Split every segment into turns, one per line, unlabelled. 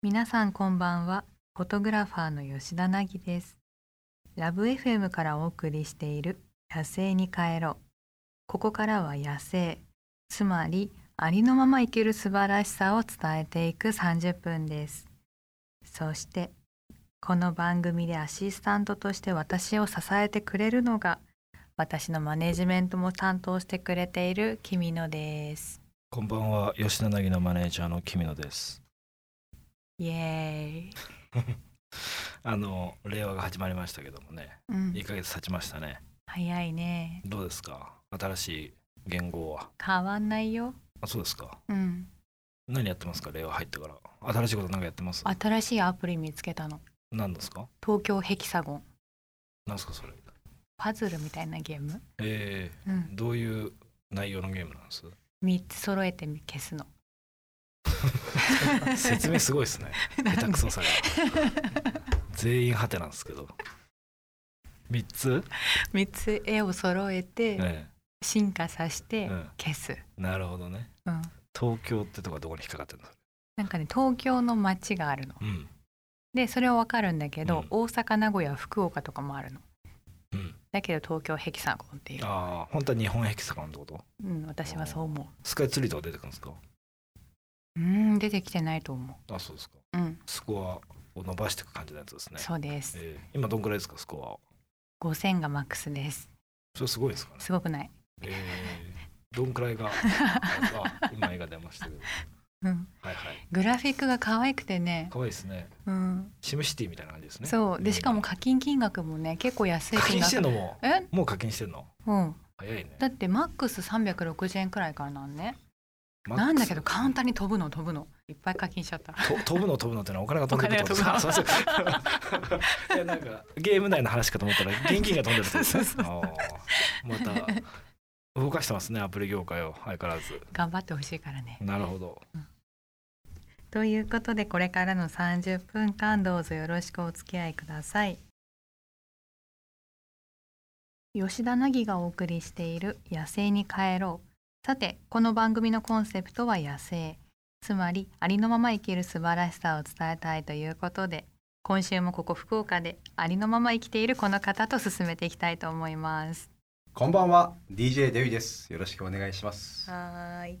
皆さんこんばんはフォトグラファーの吉田凪ですラブ FM からお送りしている野生に帰ろうここからは野生つまりありのまま生きる素晴らしさを伝えていく30分ですそしてこの番組でアシスタントとして私を支えてくれるのが私のマネジメントも担当してくれている君野です
こんばんは、吉田凪のマネージャーの君野です。
イエーイ、
あの、令和が始まりましたけどもね、
うん
1ヶ月経ちましたね。
早いね
どうですか新しい言語は。
変わんないよ
あ、そうですか。
うん
何やってますか令和入ってから。新しいことなんかやってます
新しいアプリ見つけたの
何ですか
東京ヘキサゴン
何ですかそれ。
パズルみたいなゲーム、
え
うん
ー、どういう内容のゲームなんです
3つ揃えて消すの
説明すごい ですね。
なんで
下手 くそさが。全員ハテなんですけど。3つ
3つ絵を揃えて
え
進化させ
え
て
うん
消す、
なるほどね。
うん、
東京ってとこはどこに引っかかってるんだ
なんかね東京の街があるの
うん。
でそれはわかるんだけど、
うん
大阪名古屋福岡とかもあるの
うん。
だけど東京ヘキサゴンっていう、
ああ、本当は日本ヘキサゴンってこと
うん、私はそう思
スカイツリーとか出てくるんですか
ううん出てきてないと思
あ、そうですか。
ううん
スコアを伸ばしていく感じのやつですね。
そうです
えー今どんくらいですか、スコアは。
5000がマックスです
それすごいですかね。
すごくない、
えーどんくらいが、あ今絵が出ましたけど。
うん、
はいはい。
グラフィックが可愛くてね
かわいいですね。
うん、
シムシティみたいな感じですね。
そうでしかも
課
課金金額もね結構安い金
金してん
額
のもう、
え
もう課金してんの
うん
早いね。
だってマックス360円くらいからなんね
マックス
なんだけどカウンターに飛ぶの飛ぶのいっぱい課金しちゃった
と飛ぶの飛ぶのってのはお金が飛んでるってこと
お金が
すい ませんいやなんかゲーム内の話かと 思ったら現金が飛んでるってことです
そ
ね
うそうそう
あーまた動かしてますねアプリ業界を相変わらず
頑張ってほしいからね
なるほど
ということでこれからの30分間どうぞよろしくお付き合いください吉田凪がお送りしている「野生に帰ろう」さてこの番組のコンセプトは「野生」つまりありのまま生きる素晴らしさを伝えたいということで今週もここ福岡でありのまま生きているこの方と進めていきたいと思います。
こんばんは、DJ デビです。よろしくお願いします。
はい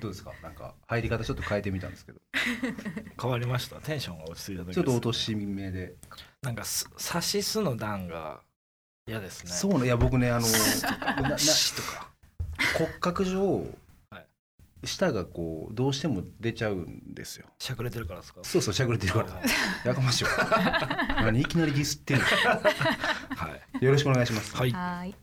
どうですか？なんか入り方ちょっと変えてみたんですけど、
変わりましたテンションが落ち着いただけです
ちょっと落とし目で。
なんかすサシスの段が嫌ですね
そうね、いや僕 ねあのなな
シとか
骨格上
はい
舌がこうどうしても出ちゃうんですよ。
しゃくれてるからですか
そうそうしゃくれてるから。やかま しいわ。何いきなりディスってんの。
はい
よろしくお願いします。
はい
はい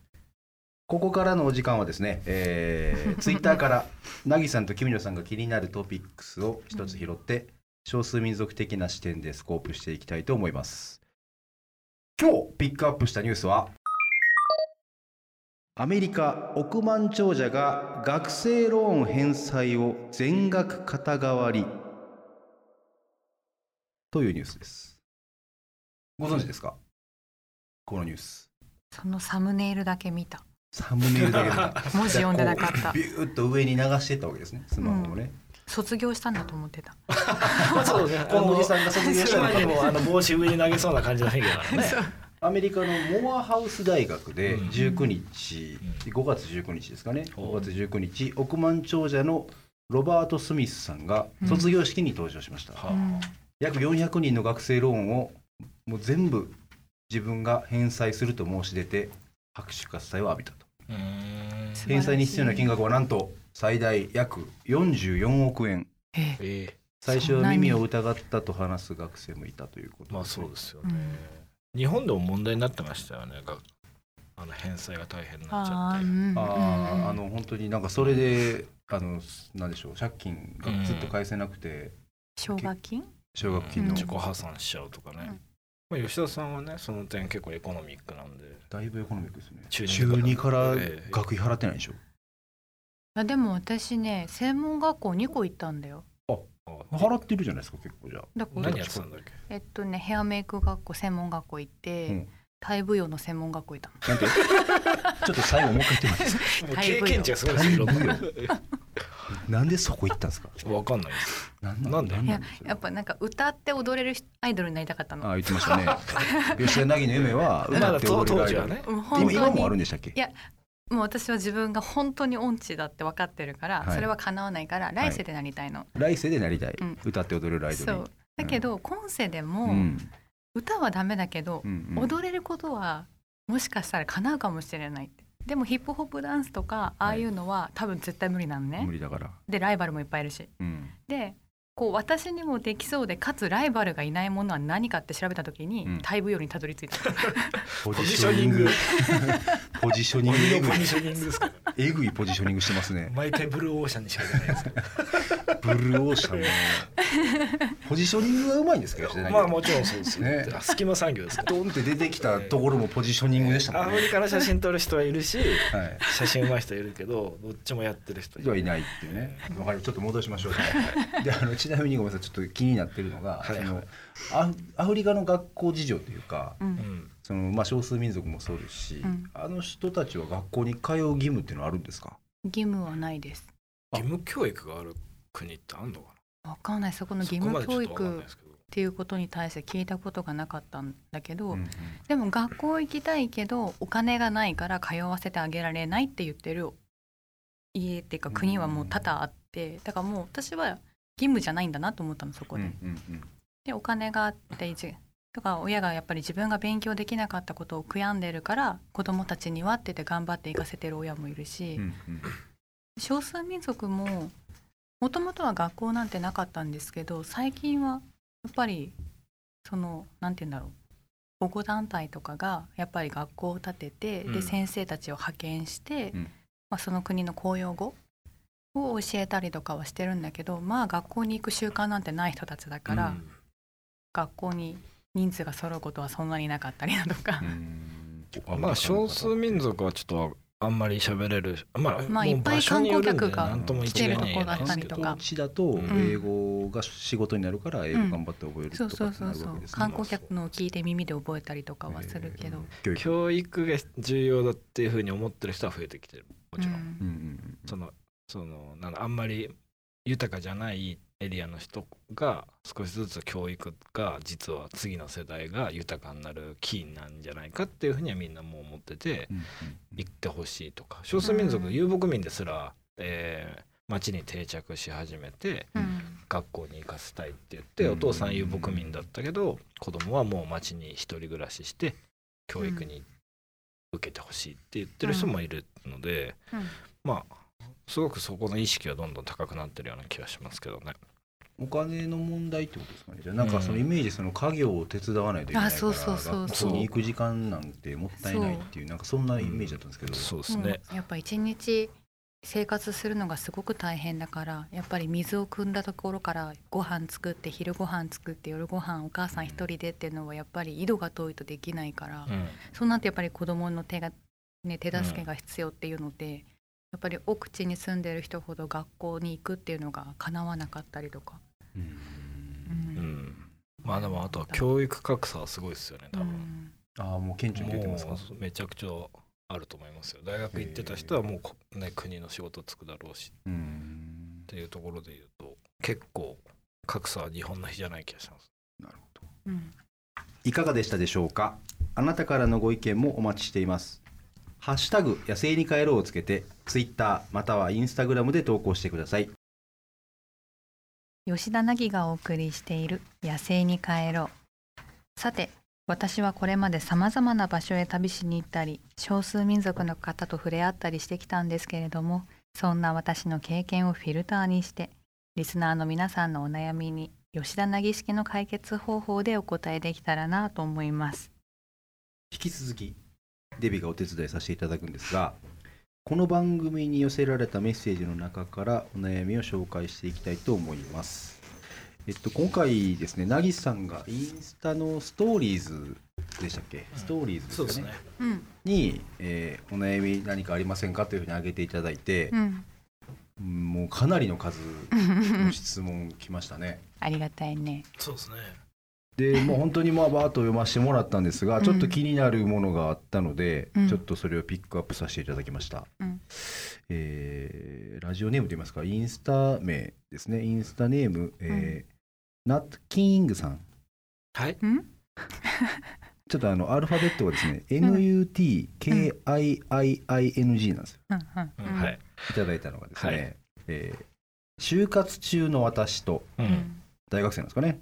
ここからのお時間はですね、えー、ツイッターから なぎさんと君野さんが気になるトピックスを一つ拾って、少数民族的な視点でスコープしていきたいと思います。今日ピックアップしたニュースは、アメリカ億万長者が学生ローン返済を全額肩代わりというニュースです。ご存知ですかこのニュース。
そのサムネイルだけ見た
サムネイルだけだ。
文字読んでなかっ
こ
た
うビューッと上に流してったわけですねスマホをね、
卒業したんだと思ってた。
そうですね
このおじさんが卒業したの
今に
か
もあの帽子上に投げそうな感じだけどね
アメリカのモアハウス大学で
うん
19日、
う
5月19日ですかね
お
5月19日億万長者のロバート・スミスさんが卒業式に登場しました、
はあ
うん
約400人の学生ローンをもう全部自分が返済すると申し出て拍手喝采を浴びたと
うーん
素晴らしい
返済に必要な金額はなんと最大約44億円
ええ
え
最初
そんなに
耳を疑ったと話す学生もいたということ
えまあそうですよね
うん
日本でも問題になってましたよねがあの返済が大変になっちゃ
あ
っ
ー
て
うん
あ
うんう
ー
ん
あの本当になんかそれであのなんでしょう借金がずっと返せなくて
奨学金
奨学金
うん
の
自己破産しちゃうとかね、まあ、吉田さんはねその点結構エコノミックなんで
だいぶエコノミックですね
中二
中二から
ええ
学費払ってないでしょ
あでも私ね専門学校2個行ったんだよ
あ
払ってるじゃないですか結構じゃあ
だから
何やってたんだっけ
えっとねヘアメイク学校専門学校行って、
うん
タイ舞踊の専門学校行ったの
なんてちょっと最後もう一回言ってもらっていいですか
もう
タイ
経
舞踊
験値がすごいですよ
タイ舞なんでそこ行ったんですか。
わかんないです。
なん
なんで
ない
や
それ
やっぱなんか歌って踊れるアイドルになりたかったの
あ言ってましたね。吉田凪の夢は
ま
歌
だ
って
当
踊る
当
アイ
時
ド
は
ル。
ね。
もう本当
今
に
今もあるんでしたっけ
いやもう私は自分が本当に音痴だって分かってるから、
はい
それは叶わないから来世でなりたいの、
来世でなりたい、
うん
歌って踊れるアイド
そ
ルに
うだけど、今世で
う
も、
ん
歌はダメだけど
う、んうん
踊れることはもしかしたら叶うかもしれないってでもヒップホップダンスとかああいうのは、多分絶対無理なのね
無理だから、
でライバルもいっぱいいるし
うん
でこう私にもできそうでかつライバルがいないものは何かって調べた時に、
うん
大舞踊にたどり着い た
ポ
ジショニング
ポジショニン
鬼
グ
のポジショニングですか。
えぐいポジショニングしてますね
毎回ブルーオーシャンにしか行かないです。
ブルーオーシャンのポジショニングがうまいんですか吉 田凪
まあもちろんそうです
ね
ね。隙間産業ですから。
ドンって出てきたところもポジショニングでした
ア
もん
フリ
ね、
カの写真撮る人はいるし、
はい
写真上手い人いるけど、どっちもやってる人
ではいい
る。
ないっていうね。わかりちょっと戻しましょう。で、 あのちなみにごめんなさい、ちょっと気になってるのが、
はい
そのアフアフリカの学校事情というか、
うん
うん。
そのまあ少数民族もそうですし、
ん
あの人たちは学校に通う義務っていうのはあるんですか？
義務はないです
義務教育がある国ってあんのか
わかんないそこの
な。
義
そこま
務
でちょ
教
っとわかん
育
な
っ
いですけど。
ていうことに対して聞いたことがなかったんだけど、
うんうん
でも学校行きたいけどお金がないから通わせてあげられないって言ってる家っていうか国はもう多々あってだからもう私は義務じゃないんだなと思ったのそこ
うん
で。
うんうん
でお金があって一とか親がやっぱり自分が勉強できなかったことを悔やんでるから子供たちにはって言って頑張って行かせてる親もいるし、
うんうん
少数民族ももともとは学校なんてなかったんですけど最近はやっぱりそのなんて言うんだろう保護団体とかがやっぱり学校を建てて、
う
で
ん
先生たちを派遣して、
うん
まあ、その国の公用語を教えたりとかはしてるんだけどまあ学校に行く習慣なんてない人たちだから、
うん
学校に人数が揃うことはそんなになかったりだとか
う、ん
まあ少数民族はちょっとあんまり喋れるまあ、
まあ
もう
いっぱい
場所によるん
観
で
光客が
なんとも一
来てる
概
とこ
には言え
があ
ない
った
です
り
け
と
ど
か
地だと
うん
英語が仕事になるから英語頑張って覚える
そう
と
そ
か
う
って
そ
な
う
る
そ
わけ
う
ですね
観光客のを聞いて耳で覚えたりとかはするけど。
教育
教育が重要だっていうふうに思ってる人は増えてきてるもちろん、
うん
うんうん
そのそのなんだあんまり豊かじゃないエリアの人が少しずつ教育が実は次の世代が豊かになるキーなんじゃないかっていうふうにはみんなもう思ってて
うん
行ってほしいとか少数民族遊牧民ですら、えー町に定着し始めて、
うん
学校に行かせたいって言って、
うん
お父さん遊牧民だったけど子供はもう町に一人暮らしして教育に受けてほしいって言ってる人もいるので、
うん
まあすごくそこの意識はどんどん高くなってるような気がしますけどね。
お金の問題ってことですかねじゃあなんかそのイメージその家業を手伝わないといけない
あ
か
そう
ら
そうそう
学
そう
校に行く時間なんてもったいないっていうなんかそんなイメージだったんですけど
そうです
も
ね、
うやっぱ一日生活するのがすごく大変だからやっぱり水を汲んだところからご飯作って昼ご飯作って夜ご飯お母さん一人でっていうのはやっぱり井戸が遠いとできないから、
うん
そうなってやっぱり子供の手が、ね、手助けが必要っていうので、やっぱり奥地に住んでる人ほど学校に行くっていうのが叶わなかったりとか。
うん
うん
うんまあでもあとは教育格差はすごいですよね多
う
分、
ん
ああもう顕著に出てますか
もうめちゃくちゃあると思いますよ大学行ってた人はもうこ、ね、国の仕事つくだろうし
うん
っていうところで言うと結構格差は日本の比じゃない気がします。
なるほど
うん
いかがでしたでしょうかあなたからのご意見もお待ちしていますハッシュタグ野生に帰ろうをつけてツイッターまたはインスタグラムで投稿してください
吉田凪がお送りしている「野生に帰ろう」さて私はこれまでさまざまな場所へ旅しに行ったり少数民族の方と触れ合ったりしてきたんですけれどもそんな私の経験をフィルターにしてリスナーの皆さんのお悩みに吉田凪式の解決方法でお答えできたらなと思います。
引き続きデビがお手伝いさせていただくんですがこの番組に寄せられたメッセージの中からお悩みを紹介していきたいと思いますえっと今回ですねなぎさんがインスタのストーリーズでしたっけ、ストーリーズですかね
うん、
に、えーお悩み何かありませんかというふうに挙げていただいて、
うん、
うんもうかなりの数の質問来ましたね。
ありがたいね。
そうですね。
でもう本当にまあバーッと読ませてもらったんですが、
うん
ちょっと気になるものがあったので、
うん
ちょっとそれをピックアップさせていただきました。
うん
えーラジオネームといいますか、インスタ名ですね。インスタネーム、えーナットキングさん。
はい。
うん
ちょっとあの、アルファベットがですね、
ん
NUTKIIING なんですよ。
うん
う
うんんうん
はい。
いただいたのがですね、
はい
えー就活中の私と、
う。
うんん
大学生なんですかね、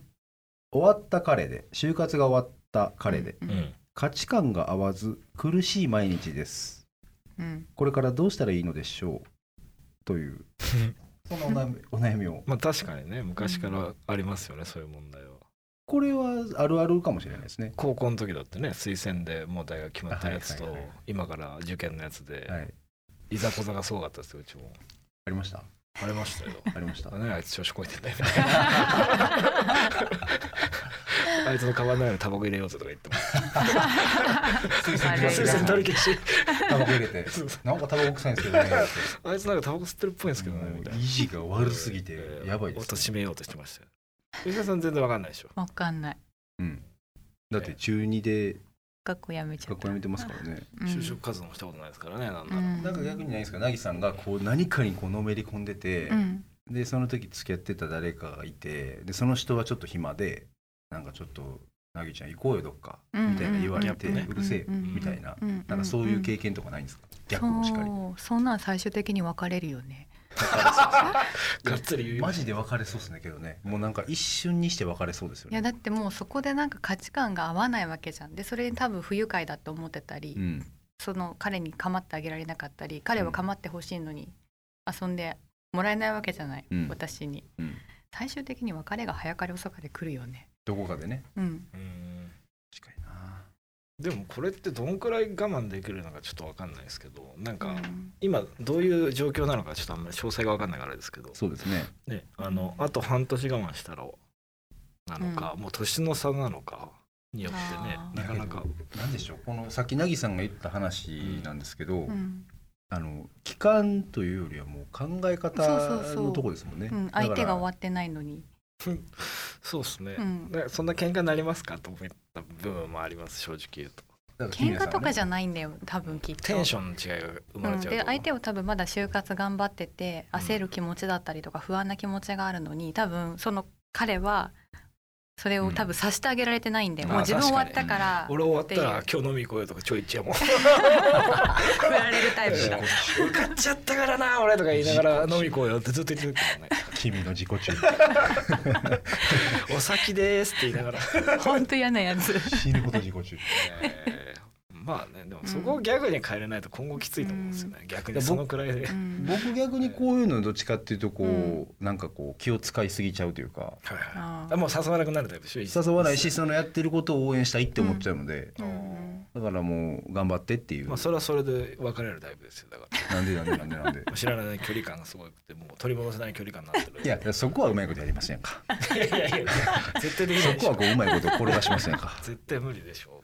終わった彼で、就活が終わった彼で、
う
うんん。
価値観が合わず苦しい毎日です。
うん
これからどうしたらいいのでしょうという そのお悩みお悩みを
まあ確かにね、昔からありますよね、そういう問題は。
これはあるあるかもしれないですね
高校の時だってね、推薦でもう大学決まったやつ
はい
と
はいはい、
今から受験のやつで
は、い
いざこざがすごかったですよ、うちも。
ありました
ありましたよ。
ありました
ね、あいつ調子こいてんだよ、 ね、あいつのカバンの中にタバコ入れようぜとか言ってます
あ
れ
推薦取り消し
タバコ入れてなんかタバコ臭いんですけどね
あいつなんかタバコ吸ってるっぽいんですけどね
も
み
う
たい
意
な
地が悪すぎて
えー
やばいです
貶めようとしてましたよ吉田さん全然わかんないでしょ
わかんない
うんだって中2で
学校やめちゃっ
学
た
校辞めてますからね
うん
就職活動もしたことないですからねなんなら、
うん
なんか逆にないですかぎさんがこう何かにこうのめり込んでて
うん
でその時付き合ってた誰かがいてでその人はちょっと暇でなんかちょっとなぎちゃん行こうよどっかみたいな言われて
うんうんうん
うるせえ
うんうん
みたいな
うんうん
なんかそういう経験とかないんですか逆もしかり
そうそんなん最終的に別れるよね
がっつり言うよ
マジで別れそうですねけどねもうなんか一瞬にして別れそうですよ
いや
ね
だってもうそこでなんか価値観が合わないわけじゃんでそれに多分不愉快だと思ってたり、
うん
その彼に構ってあげられなかったり彼は構ってほしいのに遊んでもらえないわけじゃない、
うん
私に
うん
最終的に別れが早かれ遅かれ来るよね
どこかでね
うん
うん
確かにな
でもこれってどんくらい我慢できるのかちょっとわかんないですけどなん
う
か
ん
今どういう状況なのかちょっとあんまり詳細がわかんないからあれですけど
そうですね
ね、あのあと半年我慢したらなのか、もう年の差なのかによってね
あー
なかなか
なんでしょうこのさっきなぎさんが言った話なんですけど
うん
あの期間というよりはもう考え方
そうそうそう
のとこですもんね
うん相手が
わ
終わってないのに
そうですね、
うん
ねそんな喧嘩になりますかと思った部分もあります正直言うと
喧嘩とかじゃ
な
ないんだよ多分きっと
テンションの違いが生ま
う
れ
ん、
ちゃうと、
で相手を多分まだ就活頑張ってて
うん
焦る気持ちだったりとか不安な気持ちがあるのに多分その彼はそれを多分さしてあげられてないんで、
うん
もう自分
あ
終わっ
確か
た
に
から
俺終わった
っ
ら
て
今日飲み行こうよとかちょいちょいもう
振られるタイプだ
受かっちゃったからな俺とか言いながら飲み行こうよってずっと言ってるけ どね
君の自己中
お先ですって言いな が ら、
本当嫌なや つ
死ぬほど自己中
えーまあねでもそこをギャグに変えれないと今後きついと思うんですよね、逆にそのくらいで、
うん
僕逆にこういうのどっちかっていうとこう、
う
なんかこう気を使いすぎちゃうというか
はいは
あ
い、
ー
あもう誘わなくなるタイプでしょ
誘わないしそのやってることを応援したいって思っちゃうので、
うん
だからもう頑張ってっていう、
まあそれはそれで別れるタイプですよだか
なんでなんでなんでなんで
ら知らない距離感がすごくてもう取り戻せない距離感になってる
いやそこはうまいことやりませんか
いやいやいや絶対できな
そ
いでし
こは
ょ
こううまいこと転がしませんか
絶対無理でしょ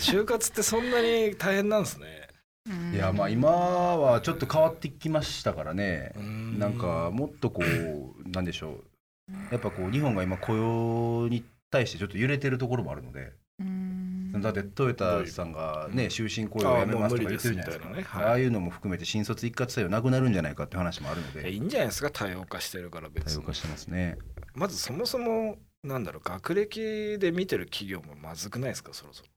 就活ってそんなに大変なんですね
うん
いやまあ今はちょっと変わってきましたからね
う、ん
なんかもっとこうなんでしょうやっぱこう日本が今雇用に対してちょっと揺れてるところもあるので
うん
だってトヨタさんが
うん
ね終身雇用をやめますとか言ってるじゃないで
あ
すか
もう無理ですみたいなねはい
ああいうのも含めて新卒一括採用なくなるんじゃないかって話もあるの
いやい
で
いんじゃないですか多様化してるから
多
別
様
に
化してますね
まずそもそもなんだろう学歴で見てる企業もまずくないですかそろそろ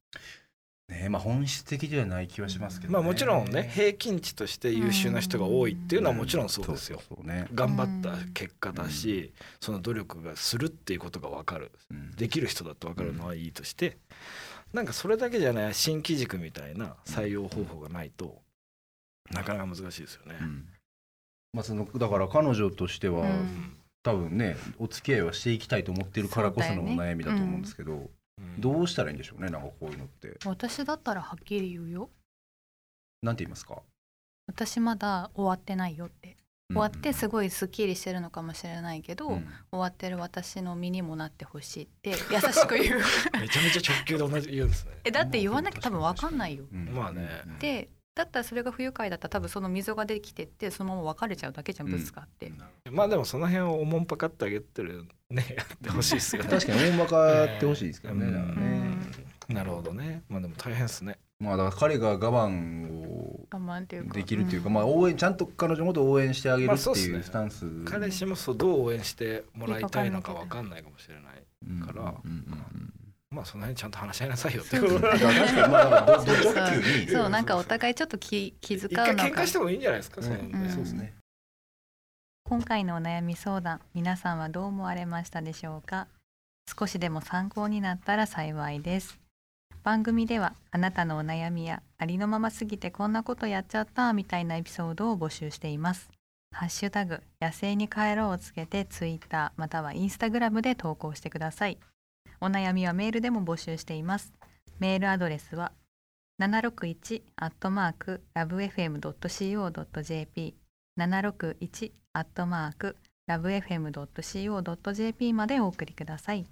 ねまあ本質的ではない気はしますけど、ね、
まあもちろんね平均値として優秀な人が多いっていうのはもちろんそうですよ
そうそうね、
頑張った結果だし、その努力がするっていうことが分かる
うん
できる人だって分かるのはいいとして、なんかそれだけじゃない新規軸みたいな採用方法がないと、なかなか難しいですよね
う。んまあそのだから彼女としては、
うん
多分ねお付き合いはしていきたいと思ってるからこその
そう
お
だよね
悩みだと思うんですけど、
うん
どうしたらいいんでしょうねなんかこういうのって
私だったらはっきり言うよ
なんて言いますか
私まだ終わってないよって終わってすごいスッキリしてるのかもしれないけど、
うんうん
終わってる私の身にもなってほしいって優しく言う
めちゃめちゃ直球で同じ言うんですね。
えだって言わなきゃ多分分かんないよ、
うん
まあね
うん
でだったらそれが不愉快だったら多分その溝ができてってそのまま別れちゃうだけじゃん
うん
ぶつかって、
まあでもその辺をおもんぱかってあげてるねやってほしいですよね。
確かに大まかってほしいですけどね、
うん
だからね
なるほどね。まあでも大変ですね。
まあだから彼が我慢を
我慢というか
できるというか、
ん
まあ応援ちゃんと彼女のことを応援してあげる
まあ
って
そうっす
いう
ね
スタンス、
彼氏もそうどう応援してもらいたいのかわかんないかもしれない
うん
から
うんうん
まあその辺ちゃんと話し合いなさいよって
そうそう
だから確かにまあだからどど直球に
そうなんかお互いちょっと気気遣
一
う
回
の
喧
か
嘩してもいいんじゃないですか、
うん
その
ん
そうですね
今回のお悩み相談皆さんはどう思われましたでしょうか少しでも参考になったら幸いです番組ではあなたのお悩みやありのまますぎてこんなことやっちゃったみたいなエピソードを募集していますハッシュタグ野生に帰ろうをつけてツイッターまたはインスタグラムで投稿してくださいお悩みはメールでも募集していますメールアドレスは761アットマークラブ FM.co.jp 761アットマークラブ FM.co.jp までお送りください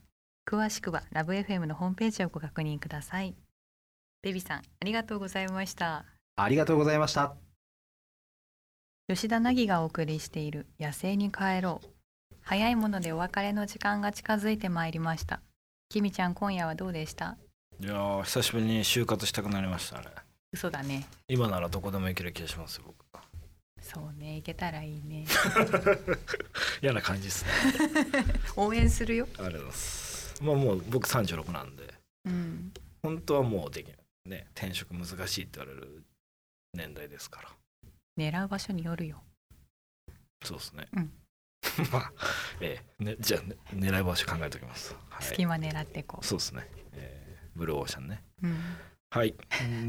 詳しくはラブ FM のホームページをご確認くださいデビさんありがとうございました
ありがとうございました
吉田凪がお送りしている野生に帰ろう早いものでお別れの時間が近づいてまいりましたきみちゃん今夜はどうでした
いやー久しぶりに就活したくなりましたね
嘘だね
今ならどこでも行ける気がしますよ僕
そうねいけたらいいね
嫌な感じですね
応援するよ
ありがとうございますまあもう僕36なんで
うん
本当はもうできないね転職難しいって言われる年代ですから
狙う場所によるよ
そうですね、
うん
まあええね、じゃあ、ね、狙い場所考えておきます、はい、
隙間狙ってこ
そうですね、えーブルーオーシャンね
う、うん、
はい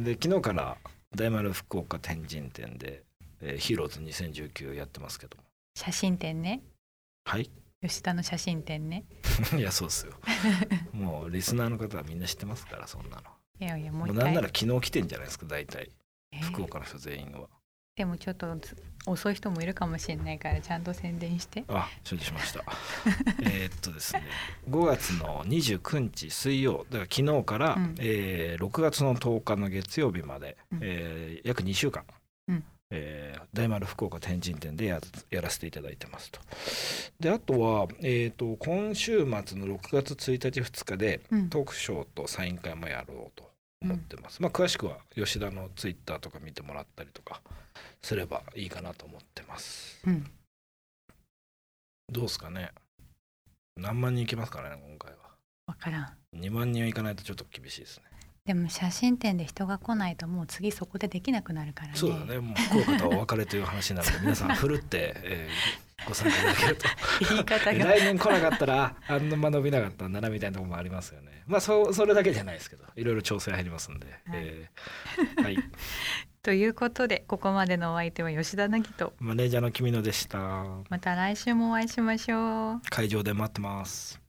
で昨日から大丸福岡天神店で、えーヒーローズ2019やってますけども
写真展ね
はい
吉田の写真展ね
いやそうっす よもうリスナーの方はみんな知ってますからそんなの
いやいやも
も
う
う
一
なん
回
なら昨日来てんじゃないですか大体
えー
福岡の人全員は
でもちょっとつ遅い人もいるかもしれないからちゃんと宣伝して
あ承知しました えーっとですね5月の29日水曜だから昨日から、
うん
えー6月の10日の月曜日まで、
うん
えー約2週間、
うん
えー大丸福岡天神店でややらせていただいてますとであとは、えー、と今週末の6月1日2日で
うん
トークショーとサイン会もやろうと思ってます、まあ詳しくは吉田のツイッターとか見てもらったりとかすればいいかなと思ってます
うん
どうですかね何万人いきますからね今回は
わからん
2万人はいかないとちょっと厳しいですね
でも写真展で人が来ないともう次そこでできなくなるからね
そうだねもう福岡とはお別れという話になる ので皆さんふるって、えーご参加 いただけると
言い方が
来年来なかったらあんな伸びなかったんだなみたいなところもありますよねまあそうそれだけじゃないですけどいろいろ調整入りますんで、えーはい、
ということでここまでのお相手は吉田凪と
マネージャーの君野でした
また来週もお会いしましょう
会場で待ってます